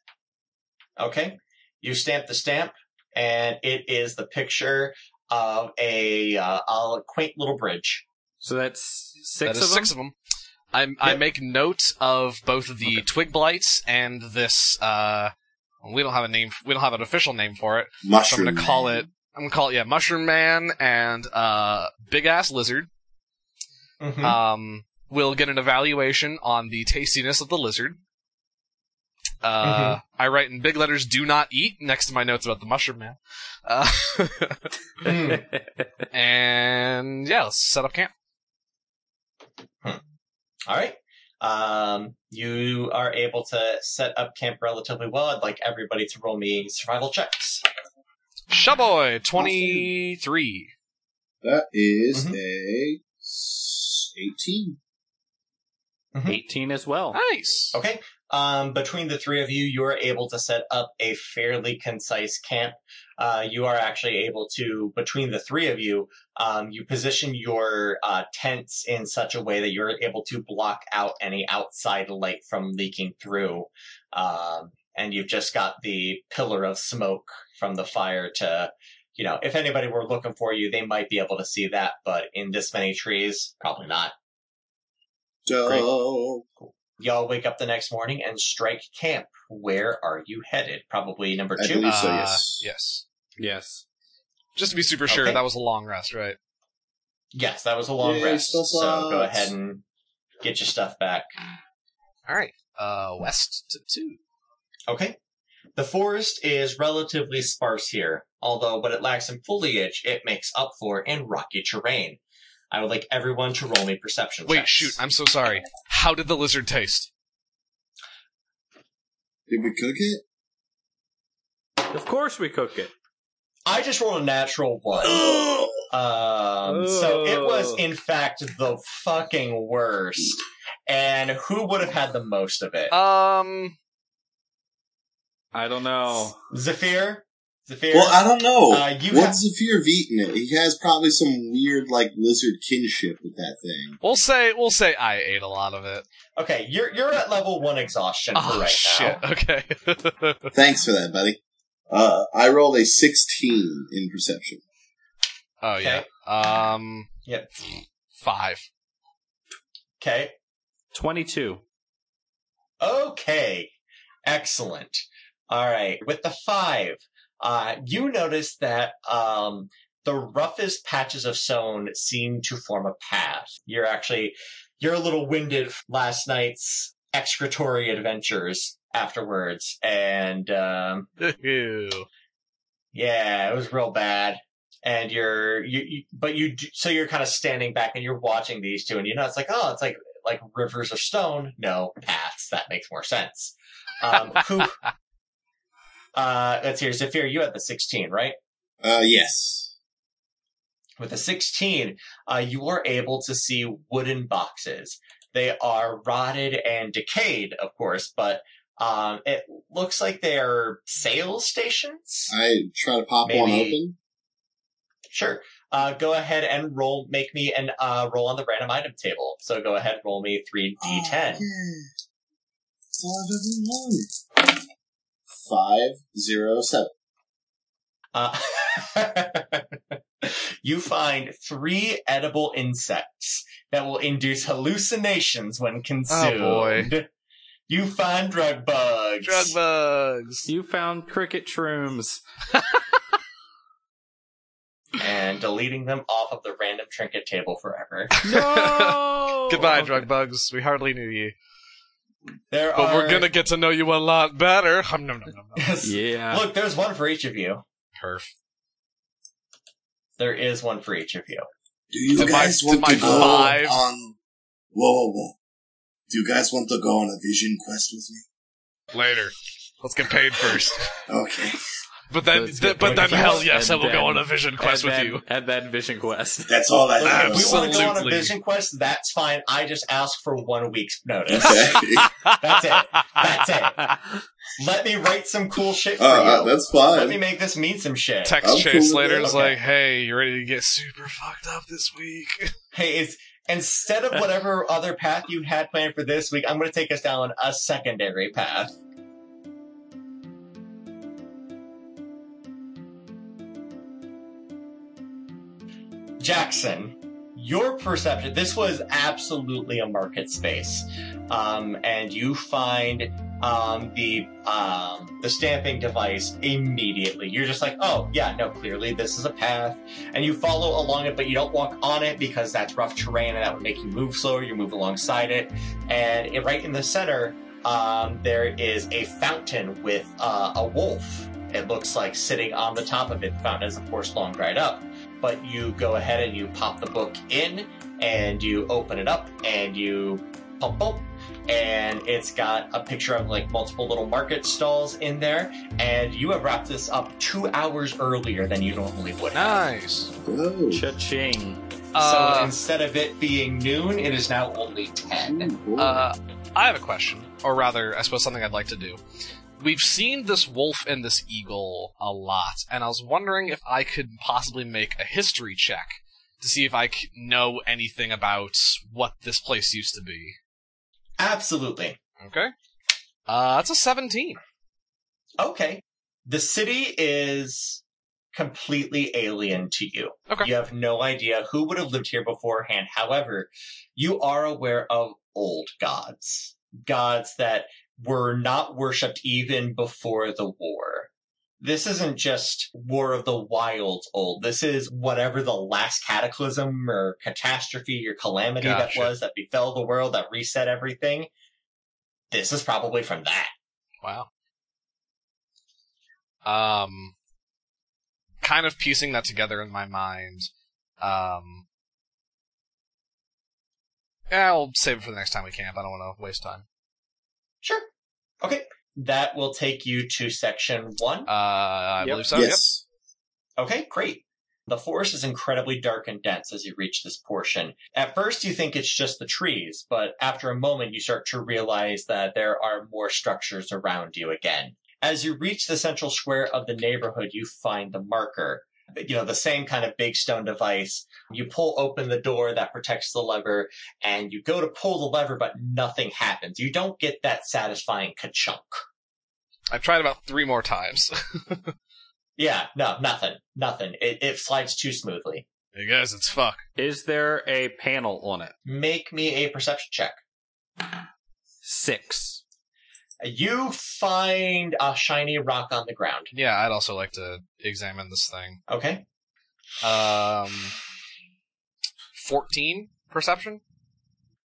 A: Okay. You stamp the stamp, and it is the picture of a, uh, a quaint little bridge.
C: So that's six
D: That
C: of
D: is
C: them.
D: six of them. I, I
A: Yep.
D: make note of both the
A: Okay.
D: twig blights and this. Uh, we don't have a name. We don't have an official name for it. So I'm
B: Mushroom.
D: gonna call it. I'm gonna call it yeah, mushroom man and uh, big ass lizard.
A: Mhm.
D: Um, we'll get an evaluation on the tastiness of the lizard. Uh,
A: Mm-hmm.
D: I write in big letters "Do not eat" next to my notes about the mushroom man. Uh, Mm.
A: Hmm.
D: and yeah, let's set up camp.
A: All right. Um, you are able to set up camp relatively well. I'd like everybody to roll me survival checks.
D: Shaboy twenty three.
B: That is
A: Mhm.
B: a s- eighteen.
C: Eighteen as well.
D: Nice.
A: Okay. Um, between the three of you, you are able to set up a fairly concise camp. Uh, you are actually able to, between the three of you, um, you position your uh, tents in such a way that you're able to block out any outside light from leaking through. Um, and you've just got the pillar of smoke from the fire to, you know, if anybody were looking for you, they might be able to see that, but in this many trees, probably not.
B: Dope.
A: Y'all wake up the next morning and strike camp. Where are you headed? Probably number
B: I
A: two.
B: believe so,
D: Uh,
B: yes.
D: Yes.
C: Yes.
D: Just to be super sure,
A: Okay.
D: that was a long rest, right?
A: yes, that was a long
B: Yay,
A: rest.
B: stuff
A: So go
B: lots.
A: ahead and get your stuff back.
D: All right. Uh, west to two.
A: Okay. The forest is relatively sparse here, although what it lacks in foliage, it makes up for in rocky terrain. I would like everyone to roll me perception.
D: Wait,
A: checks.
D: shoot. I'm so sorry. How did the lizard taste?
B: Did we cook it?
C: Of course we cook it.
A: I just rolled a natural one. Um, so it was, in fact, the fucking worst. And who would have had the most of it?
D: Um,
C: I don't know.
A: Zephyr? Zephyr?
B: Well, I don't know.
A: Uh, you
B: What's the fear of eating it? He has probably some weird, like, lizard kinship with that thing.
D: we'll say we'll say I ate a lot of it.
A: have- okay, you're you're at level one exhaustion for
D: Oh
A: right
D: shit.
A: now.
D: Okay.
B: Thanks for that, buddy. Uh, I rolled a 16 in perception.
D: oh yeah. Um.
A: Yep.
D: Five.
A: Okay.
C: Twenty-two.
A: Okay. Excellent. All right. With the five, uh, you notice that um, the roughest patches of stone seem to form a path. You're actually you're a little winded from last night's excretory adventures afterwards, and um,
D: Ew.
A: Yeah, it was real bad. And you're you, you but you d- so you're kind of standing back and you're watching these two, and you know it's like oh, it's like like rivers of stone, no paths. That makes more sense. Um, who? Uh, let's hear Zafir. You had the sixteen, right?
B: Uh, yes.
A: With a 16, uh, you are able to see wooden boxes. They are rotted and decayed, of course, but um, it looks like they are sales stations.
B: I try to pop one
A: Maybe-
B: open.
A: Sure. Uh, go ahead and roll. Make me an uh, roll on the random item table. So go ahead, roll me three d10.
B: Oh, yeah. That's all I've ever wanted. Five zero seven.
A: Uh, you find three edible insects that will induce hallucinations when consumed.
D: Oh, boy.
A: You find drug bugs.
D: Drug bugs.
C: You found cricket shrooms.
A: and deleting them off of the random trinket table forever.
C: No.
D: Goodbye,
C: Okay.
D: drug bugs. We hardly knew you,
A: There
D: but
A: are.
D: we're gonna get to know you a lot better. Hum, nom, nom, nom, nom.
C: Yeah.
A: Look, there's one for each of you.
D: Perf.
A: There is one for each of you.
B: Do you
D: Did my-
B: guys
D: did
B: want
D: my
B: to go
D: five-
B: on? Whoa, whoa, whoa! Do you guys want to go on a vision quest with me?
G: Later. Let's get paid first.
B: Okay.
D: But then,
C: Let's get
D: th- but then,
C: going.
D: hell yes, I
C: And
D: will go
C: then-
D: on a vision quest
C: and
D: with
C: then,
D: you.
C: And then Vision Quest.
B: That's all I
A: Look, if
B: know.
A: we want to go on a
D: Absolutely.
A: vision quest, that's fine. I just ask for one week's notice.
B: Okay.
A: That's it. That's it. Let me write some cool shit for
B: Uh,
A: you.
B: that's
A: Let me
B: fine.
A: make this mean some shit.
D: Text
B: I'm cool
D: Chase
B: with
D: later
B: that.
D: is
A: Okay.
D: like, "Hey, you ready to get super fucked up this week?"
A: hey, it's instead of whatever other path you had planned for this week, I'm going to take us down a secondary path. Jackson, your perception this was absolutely a market space. Um, and you find um, the um, the stamping device immediately. You're just like, oh yeah, no, clearly this is a path and you follow along it, but you don't walk on it because that's rough terrain and that would make you move slower. You move alongside it, and it, right in the center, um, there is a fountain with uh, a wolf. It looks like sitting on the top of it. The fountain is, of course, long dried up, but you go ahead and you pop the book in, and you open it up, and you pump pump. And it's got a picture of like multiple little market stalls in there. And you have wrapped this up two hours earlier than you normally would. have.
D: nice.
B: Oh,
C: Cha-ching.
A: So
D: Uh,
A: instead of it being noon, it is now only 10.
B: cool.
D: Uh, I have a question, or rather, I suppose something I'd like to do. We've seen this wolf and this eagle a lot, and I was wondering if I could possibly make a history check to see if I c- know anything about what this place used to be.
A: Absolutely.
D: Okay. Uh, that's a 17.
A: Okay. The city is completely alien to you.
D: Okay.
A: You have no idea who would have lived here beforehand. However, you are aware of old gods, gods that were not worshipped even before the war. This isn't just War of the Wilds old. This is whatever the last cataclysm or catastrophe or calamity
D: Gotcha.
A: that was that befell the world that reset everything. This is probably from that.
D: Wow. Um, kind of piecing that together in my mind. Um, yeah, I'll save it for the next time we camp. I don't want to waste time.
A: Sure. Okay. That will take you to section one.
D: Uh, I
A: Yep.
D: believe so.
B: yes.
A: Okay, great. The forest is incredibly dark and dense as you reach this portion. At first, you think it's just the trees, but after a moment, you start to realize that there are more structures around you again. As you reach the central square of the neighborhood, you find the marker. You know, the same kind of big stone device. You pull open the door that protects the lever, and you go to pull the lever, but nothing happens. You don't get that satisfying ka-chunk.
D: Yep. I've tried about three more times.
A: Yeah, no, nothing, nothing. It, it slides too smoothly.
D: hey guys, it's fuck.
C: Is there a panel on it?
A: Make me a perception check.
C: Six.
A: You find a shiny rock on the ground.
D: Yeah, I'd also like to examine this thing.
A: Okay.
D: Um, fourteen perception.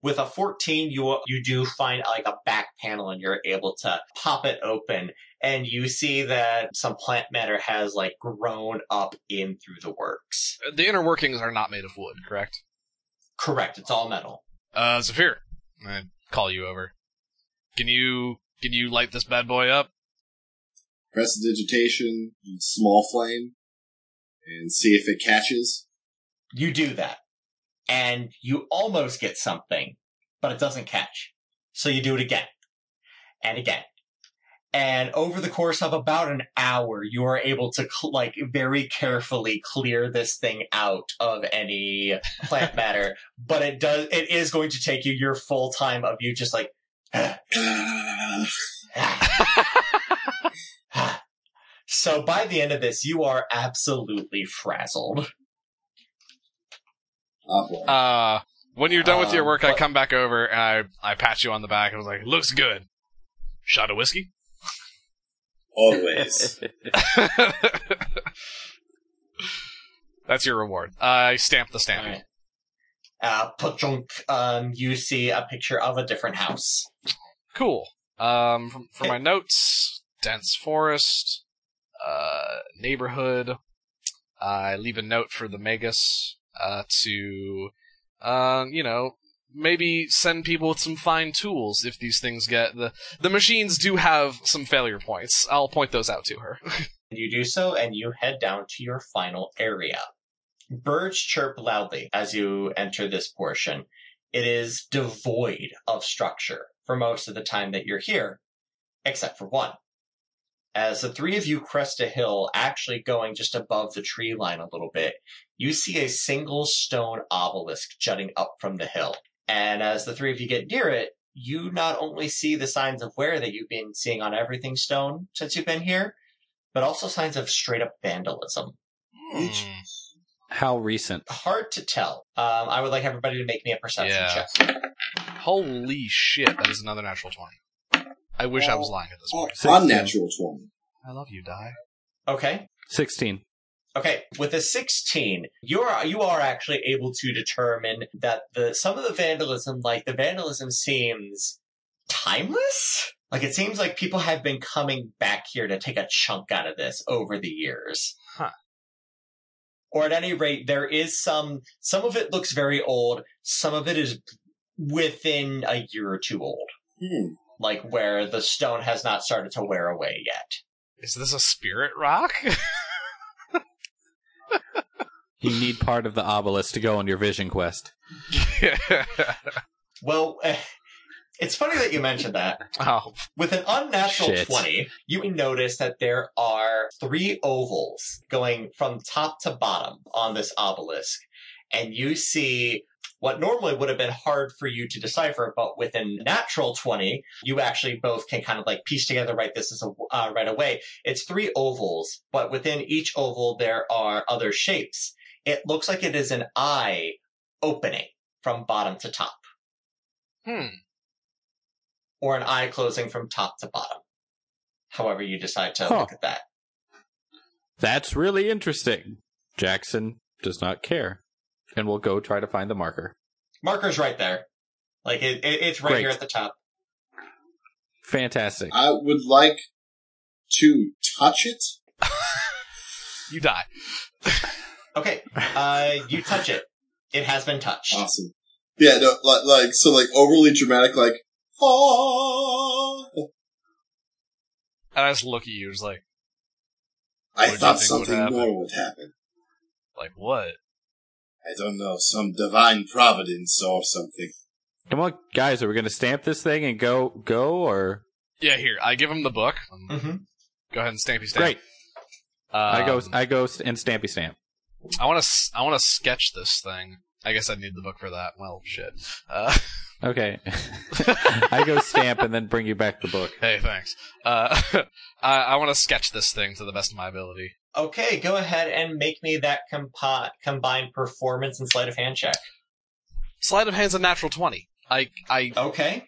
A: With a 14, you you do find like a back panel and you're able to pop it open and you see that some plant matter has like grown up in through the works.
D: The inner workings are not made of wood, correct?
A: Correct. It's all metal.
D: Uh, Zafir, I call you over. Can you can you light this bad boy up?
B: Press digitation, small flame, and see if it catches.
A: You do that and you almost get something, but it doesn't catch. So you do it again and again. And over the course of about an hour, you are able to cl- like very carefully clear this thing out of any plant matter. But it does, it is going to take you your full time of you just like,
B: Ah,
A: so by the end of this, you are absolutely frazzled.
B: Oh boy.
D: Uh, when you're done with your
A: Um,
D: work, I
A: but-
D: come back over and I I pat you on the back. I was like, looks good. Shot of whiskey.
B: Always.
D: That's your reward. I stamp the stamp.
A: Alright. Uh, Pochunk, um, you see a picture of a different house.
D: Cool. Um, for, for my notes, dense forest, uh, neighborhood. I leave a note for the Magus uh, to, uh, you know, maybe send people with some fine tools if these things get the the machines do have some failure points. I'll point those out to her.
A: You do so, and you head down to your final area. Birds chirp loudly as you enter this portion. It is devoid of structure for most of the time that you're here, except for one. As the three of you crest a hill, actually going just above the tree line a little bit, you see a single stone obelisk jutting up from the hill. And as the three of you get near it, you not only see the signs of wear that you've been seeing on everything stone since you've been here, but also signs of straight up vandalism.
B: Hmm.
C: How recent?
A: Hard to tell. Um, I would like everybody to make me a perception
D: Yeah.
A: check.
D: Holy shit, that is another natural 20. I wish I was lying at this point.
B: Unnatural 20.
D: I love you, Die.
A: Okay.
C: 16.
A: Okay, with a 16, you are you are actually able to determine that the some of the vandalism, like the vandalism seems timeless? Like it seems like people have been coming back here to take a chunk out of this over the years.
D: Huh.
A: Or at any rate, there is some some of it looks very old, some of it is within a year or two old.
B: Hmm.
A: Like where the stone has not started to wear away yet.
D: Is this a spirit rock?
C: You need part of the obelisk to go on your vision quest.
A: Well, it's funny that you mentioned that.
D: oh,
A: With an unnatural
C: Shit.
A: 20, you can notice that there are three ovals going from top to bottom on this obelisk. And you see what normally would have been hard for you to decipher, but with a natural 20, you actually both can kind of like piece together right this is a, uh, right away. It's three ovals, but within each oval, there are other shapes. It looks like it is an eye opening from bottom to top
D: hmm.
A: or an eye closing from top to bottom. However, you decide to
C: Huh.
A: look at that.
C: That's really interesting. Jackson does not care and will go try to find the marker.
A: Marker's right there. Like it, it, it's right
C: Great.
A: here at the top.
C: Fantastic.
B: I would like to touch it.
D: You die.
A: Okay, uh, you touch it. It has been touched.
B: Awesome. Yeah, no, like, like so, like overly dramatic, like ah.
D: And I just look at you, just like,
B: I
D: What do you
B: thought
D: think would
B: something
D: happen?
B: more would happen.
D: like what?
B: I don't know, some divine providence or something.
C: Come on, guys, are we going to stamp this thing and go, go, or?
D: Yeah, here. I give him the book. Um,
A: hmm
D: Go ahead and stampy stamp.
C: Mm. Great. I go,
D: Um,
C: I go st- and stampy stamp.
D: I want to. I want to sketch this thing. I guess I need the book for that. Well, shit. Uh,
C: Okay. I go stamp and then bring you back the book.
D: hey, thanks. Uh, I, I want to sketch this thing to the best of my ability.
A: Okay, go ahead and make me that compo- combined performance and sleight of hand check.
D: Sleight of hand's a natural twenty. I, I.
A: Okay.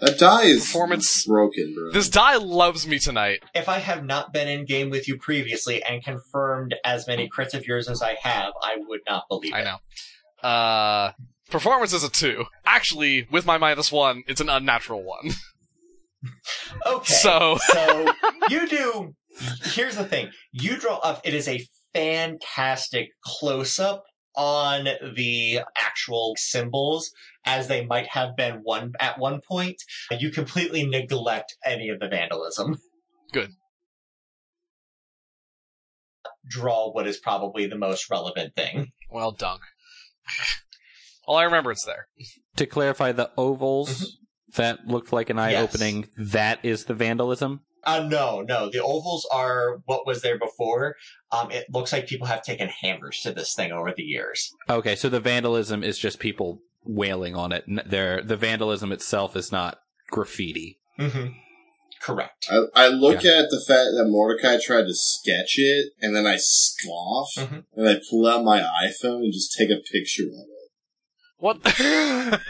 B: That die is
D: Performance-
B: broken, bro.
D: This die loves me tonight.
A: If I have not been in game with you previously and confirmed as many crits of yours as I have, I would not believe
D: I
A: it.
D: know. Uh, performance is a two. Actually, with my minus one, it's an unnatural one.
A: Okay.
D: So
A: so you do. Here's the thing: you draw up. It is a fantastic close-up on the actual symbols as they might have been one at one point. You completely neglect any of the vandalism.
D: Good.
A: Draw what is probably the most relevant thing.
D: well, dunk. All I remember it's there.
C: To clarify, the ovals that looked like an eye
A: Yes.
C: opening, that is the vandalism?
A: Uh, no, no. The ovals are what was there before. Um, it looks like people have taken hammers to this thing over the years.
C: Okay, so the vandalism is just people wailing on it. N- There, the vandalism itself is not graffiti.
A: Mm-hmm. Correct.
B: I, I look at the fact that Mordecai tried to sketch it, and then I scoff,
D: Mm-hmm.
A: Mhm.
B: and I pull out my iPhone and just take a picture of it.
D: What?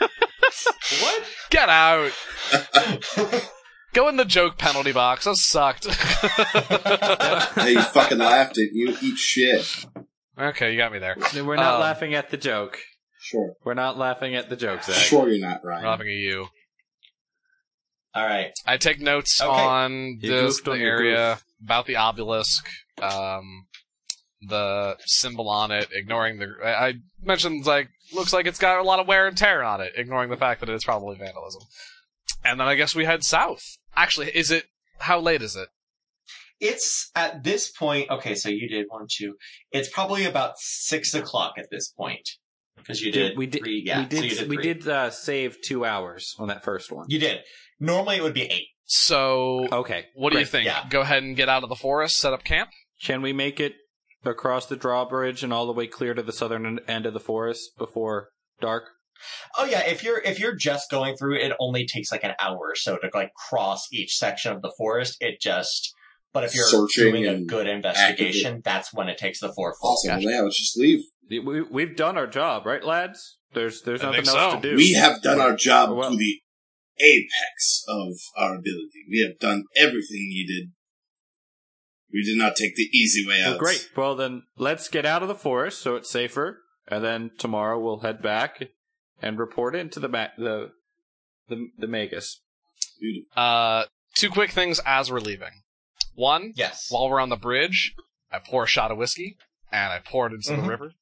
A: What?
D: Get out. Go in the joke penalty box. That sucked.
B: Hey, you fucking laughed at you eat shit.
D: okay, you got me there.
C: We're
D: not
C: not
D: Um,
C: laughing at the joke.
B: Sure,
C: We're not laughing at the joke, Zach.
B: sure you're not
D: I'm
B: Ryan.
D: laughing at you.
A: All right.
D: I take notes
A: Okay.
D: on
C: You
D: this
C: goofed
D: the
C: on your
D: area
C: goof.
D: about the obelisk, um, the symbol on it, ignoring the. I, I mentioned like looks like it's got a lot of wear and tear on it, ignoring the fact that it's probably vandalism. And then I guess we head south. Actually, is it? How late is it?
A: It's at this point. Okay, so you did one, two. It's probably about six o'clock at this point because you did,
C: we did
A: three. Yeah,
C: we did,
A: so you did
C: we
A: three.
C: did uh, save two hours on that first one.
A: You did. Normally it would be eight.
D: So,
C: Okay,
D: what do you
C: great.
D: think?
A: yeah.
D: Go ahead and get out of the forest, set up camp.
C: Can we make it across the drawbridge and all the way clear to the southern en- end of the forest before dark?
A: Oh yeah, if you're if you're just going through, it only takes like an hour or so to like cross each section of the forest. It just. But if you're
B: Searching
A: doing a
B: and
A: good investigation, that's when it takes the four full
B: Awesome.
A: sessions.
B: Yeah, let's just leave.
C: We, we've done our job, right, lads? There's there's
D: I
C: nothing
D: think
C: else
D: so.
C: to do.
B: We have done our job
C: Well-
B: to the apex of our ability. We have done everything needed. We did not take the easy way
C: Well,
B: out.
C: great. Well, then let's get out of the forest so it's safer, and then tomorrow we'll head back and report into the ma- the the the magus.
B: Beautiful.
D: Uh, two quick things as we're leaving. One,
A: Yes.
D: while we're on the bridge, I pour a shot of whiskey and I pour it into
A: Mhm.
D: the river.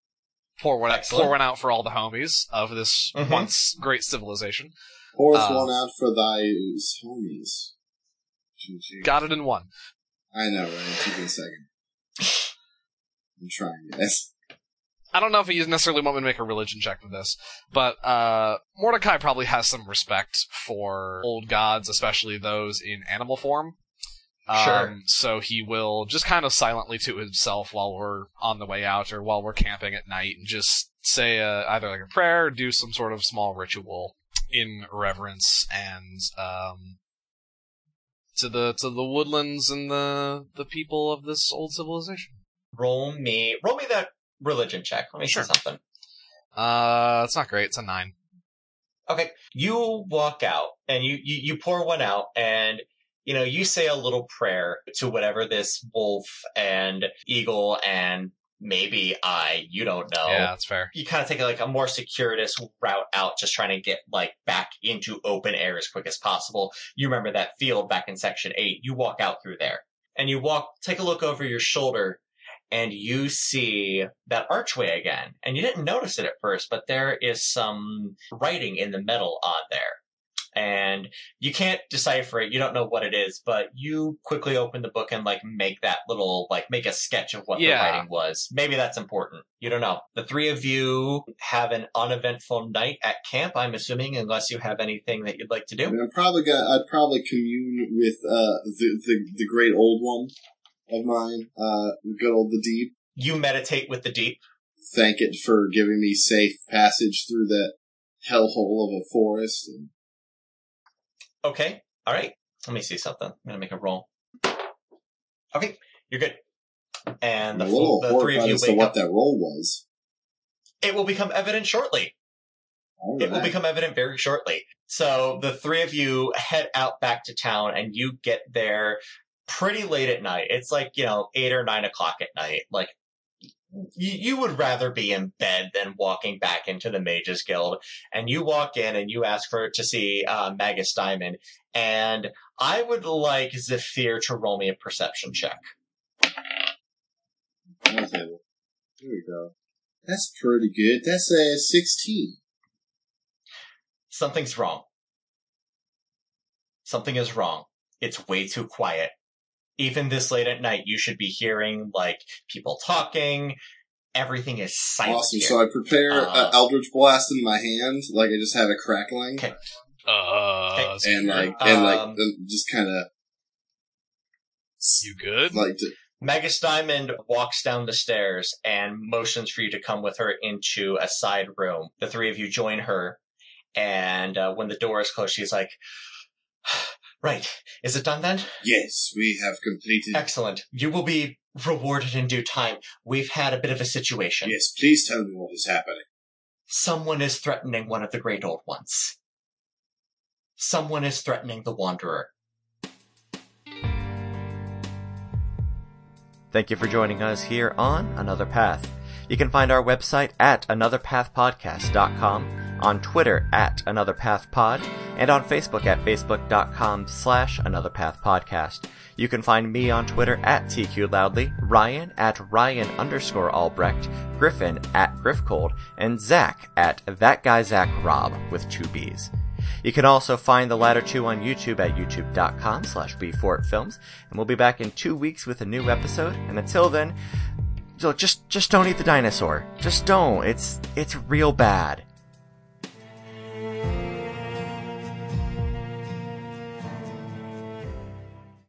D: Pour one,
A: Excellent.
D: pour one out for all the homies of this
A: Mhm.
D: once great civilization.
B: Pour
D: Uh,
B: one out for thy homies. GG.
D: Got it in one.
B: I know, right? Took me a second. I'm trying, guys.
D: I don't know if you necessarily want me to make a religion check for this, but uh, Mordecai probably has some respect for old gods, especially those in animal form. Um,
A: Sure.
D: So he will just kind of silently to himself while we're on the way out or while we're camping at night, and just say uh, either like a prayer or do some sort of small ritual in reverence and um, to the to the woodlands and the the people of this old civilization.
A: roll me roll me that religion check. Let me
D: Sure.
A: see something.
D: Uh, it's not great. It's a nine.
A: Okay. You walk out and you, you, you pour one out and, you know, you say a little prayer to whatever this wolf and eagle and maybe I, you don't know.
D: Yeah, that's fair.
A: You kind of take like a more circuitous route out, just trying to get like back into open air as quick as possible. You remember that field back in section eight. You walk out through there and you walk, take a look over your shoulder and you see that archway again. And you didn't notice it at first, but there is some writing in the metal on there. And you can't decipher it. You don't know what it is, but you quickly open the book and like make that little, like make a sketch of what
D: Yeah.
A: the writing was. Maybe that's important. You don't know. The three of you have an uneventful night at camp, I'm assuming, unless you have anything that you'd like to
B: I
A: do.
B: mean, I'm probably gonna, I'd probably commune with, uh, the, the, the great old one of mine, uh, the good old the deep.
A: You meditate with the deep.
B: Thank it for giving me safe passage through that hellhole of a forest. And
A: Okay. All right. Let me see something. I'm gonna make a roll. Okay, you're good. And the,
B: I'm a
A: full,
B: little
A: the three of
B: horrified
A: you
B: as to
A: wake
B: what
A: up.
B: that role was.
A: It will become evident shortly.
B: All
A: It will
B: right.
A: become evident very shortly. So the three of you head out back to town, and you get there pretty late at night. It's like you know eight or nine o'clock at night. Like you, you would rather be in bed than walking back into the Mages Guild. And you walk in and you ask for to see uh, Magus Diamond. And I would like Zephyr to roll me a perception check.
B: Round table. There we go. That's pretty good. That's a 16.
A: Something's wrong. Something is wrong. It's way too quiet. Even this late at night, you should be hearing like people talking. Everything is silent.
B: awesome.
A: here.
B: So I prepare
A: Uh,
B: uh, Eldritch Blast in my hand. Like, I just have it crackling.
A: Okay.
D: Uh,
B: And, like,
A: Um,
B: and, like, then just kind of,
D: you good?
B: like, d-
A: Magus Diamond walks down the stairs and motions for you to come with her into a side room. The three of you join her, and uh, when the door is closed, she's like, "Right, is it done then?"
B: yes, we have completed.
A: Excellent. You will be rewarded in due time. We've had a bit of a situation.
B: Yes, please tell me what is happening.
A: Someone is threatening one of the great old ones. Someone is threatening the wanderer.
I: Thank you for joining us here on Another Path. You can find our website at anotherpathpodcast.com, on Twitter at anotherpathpod, and on Facebook at facebook.com slash anotherpathpodcast. You can find me on Twitter at TQLoudly, Ryan at Ryan underscore Albrecht, Griffin at Griffcold, and Zach at that guy Zach Rob with two B's.
A: You can also find the latter two on YouTube at youtube.com slash b4films, and we'll be back in two weeks with a new episode. And until then, so just just don't eat the dinosaur. Just don't. It's it's real bad.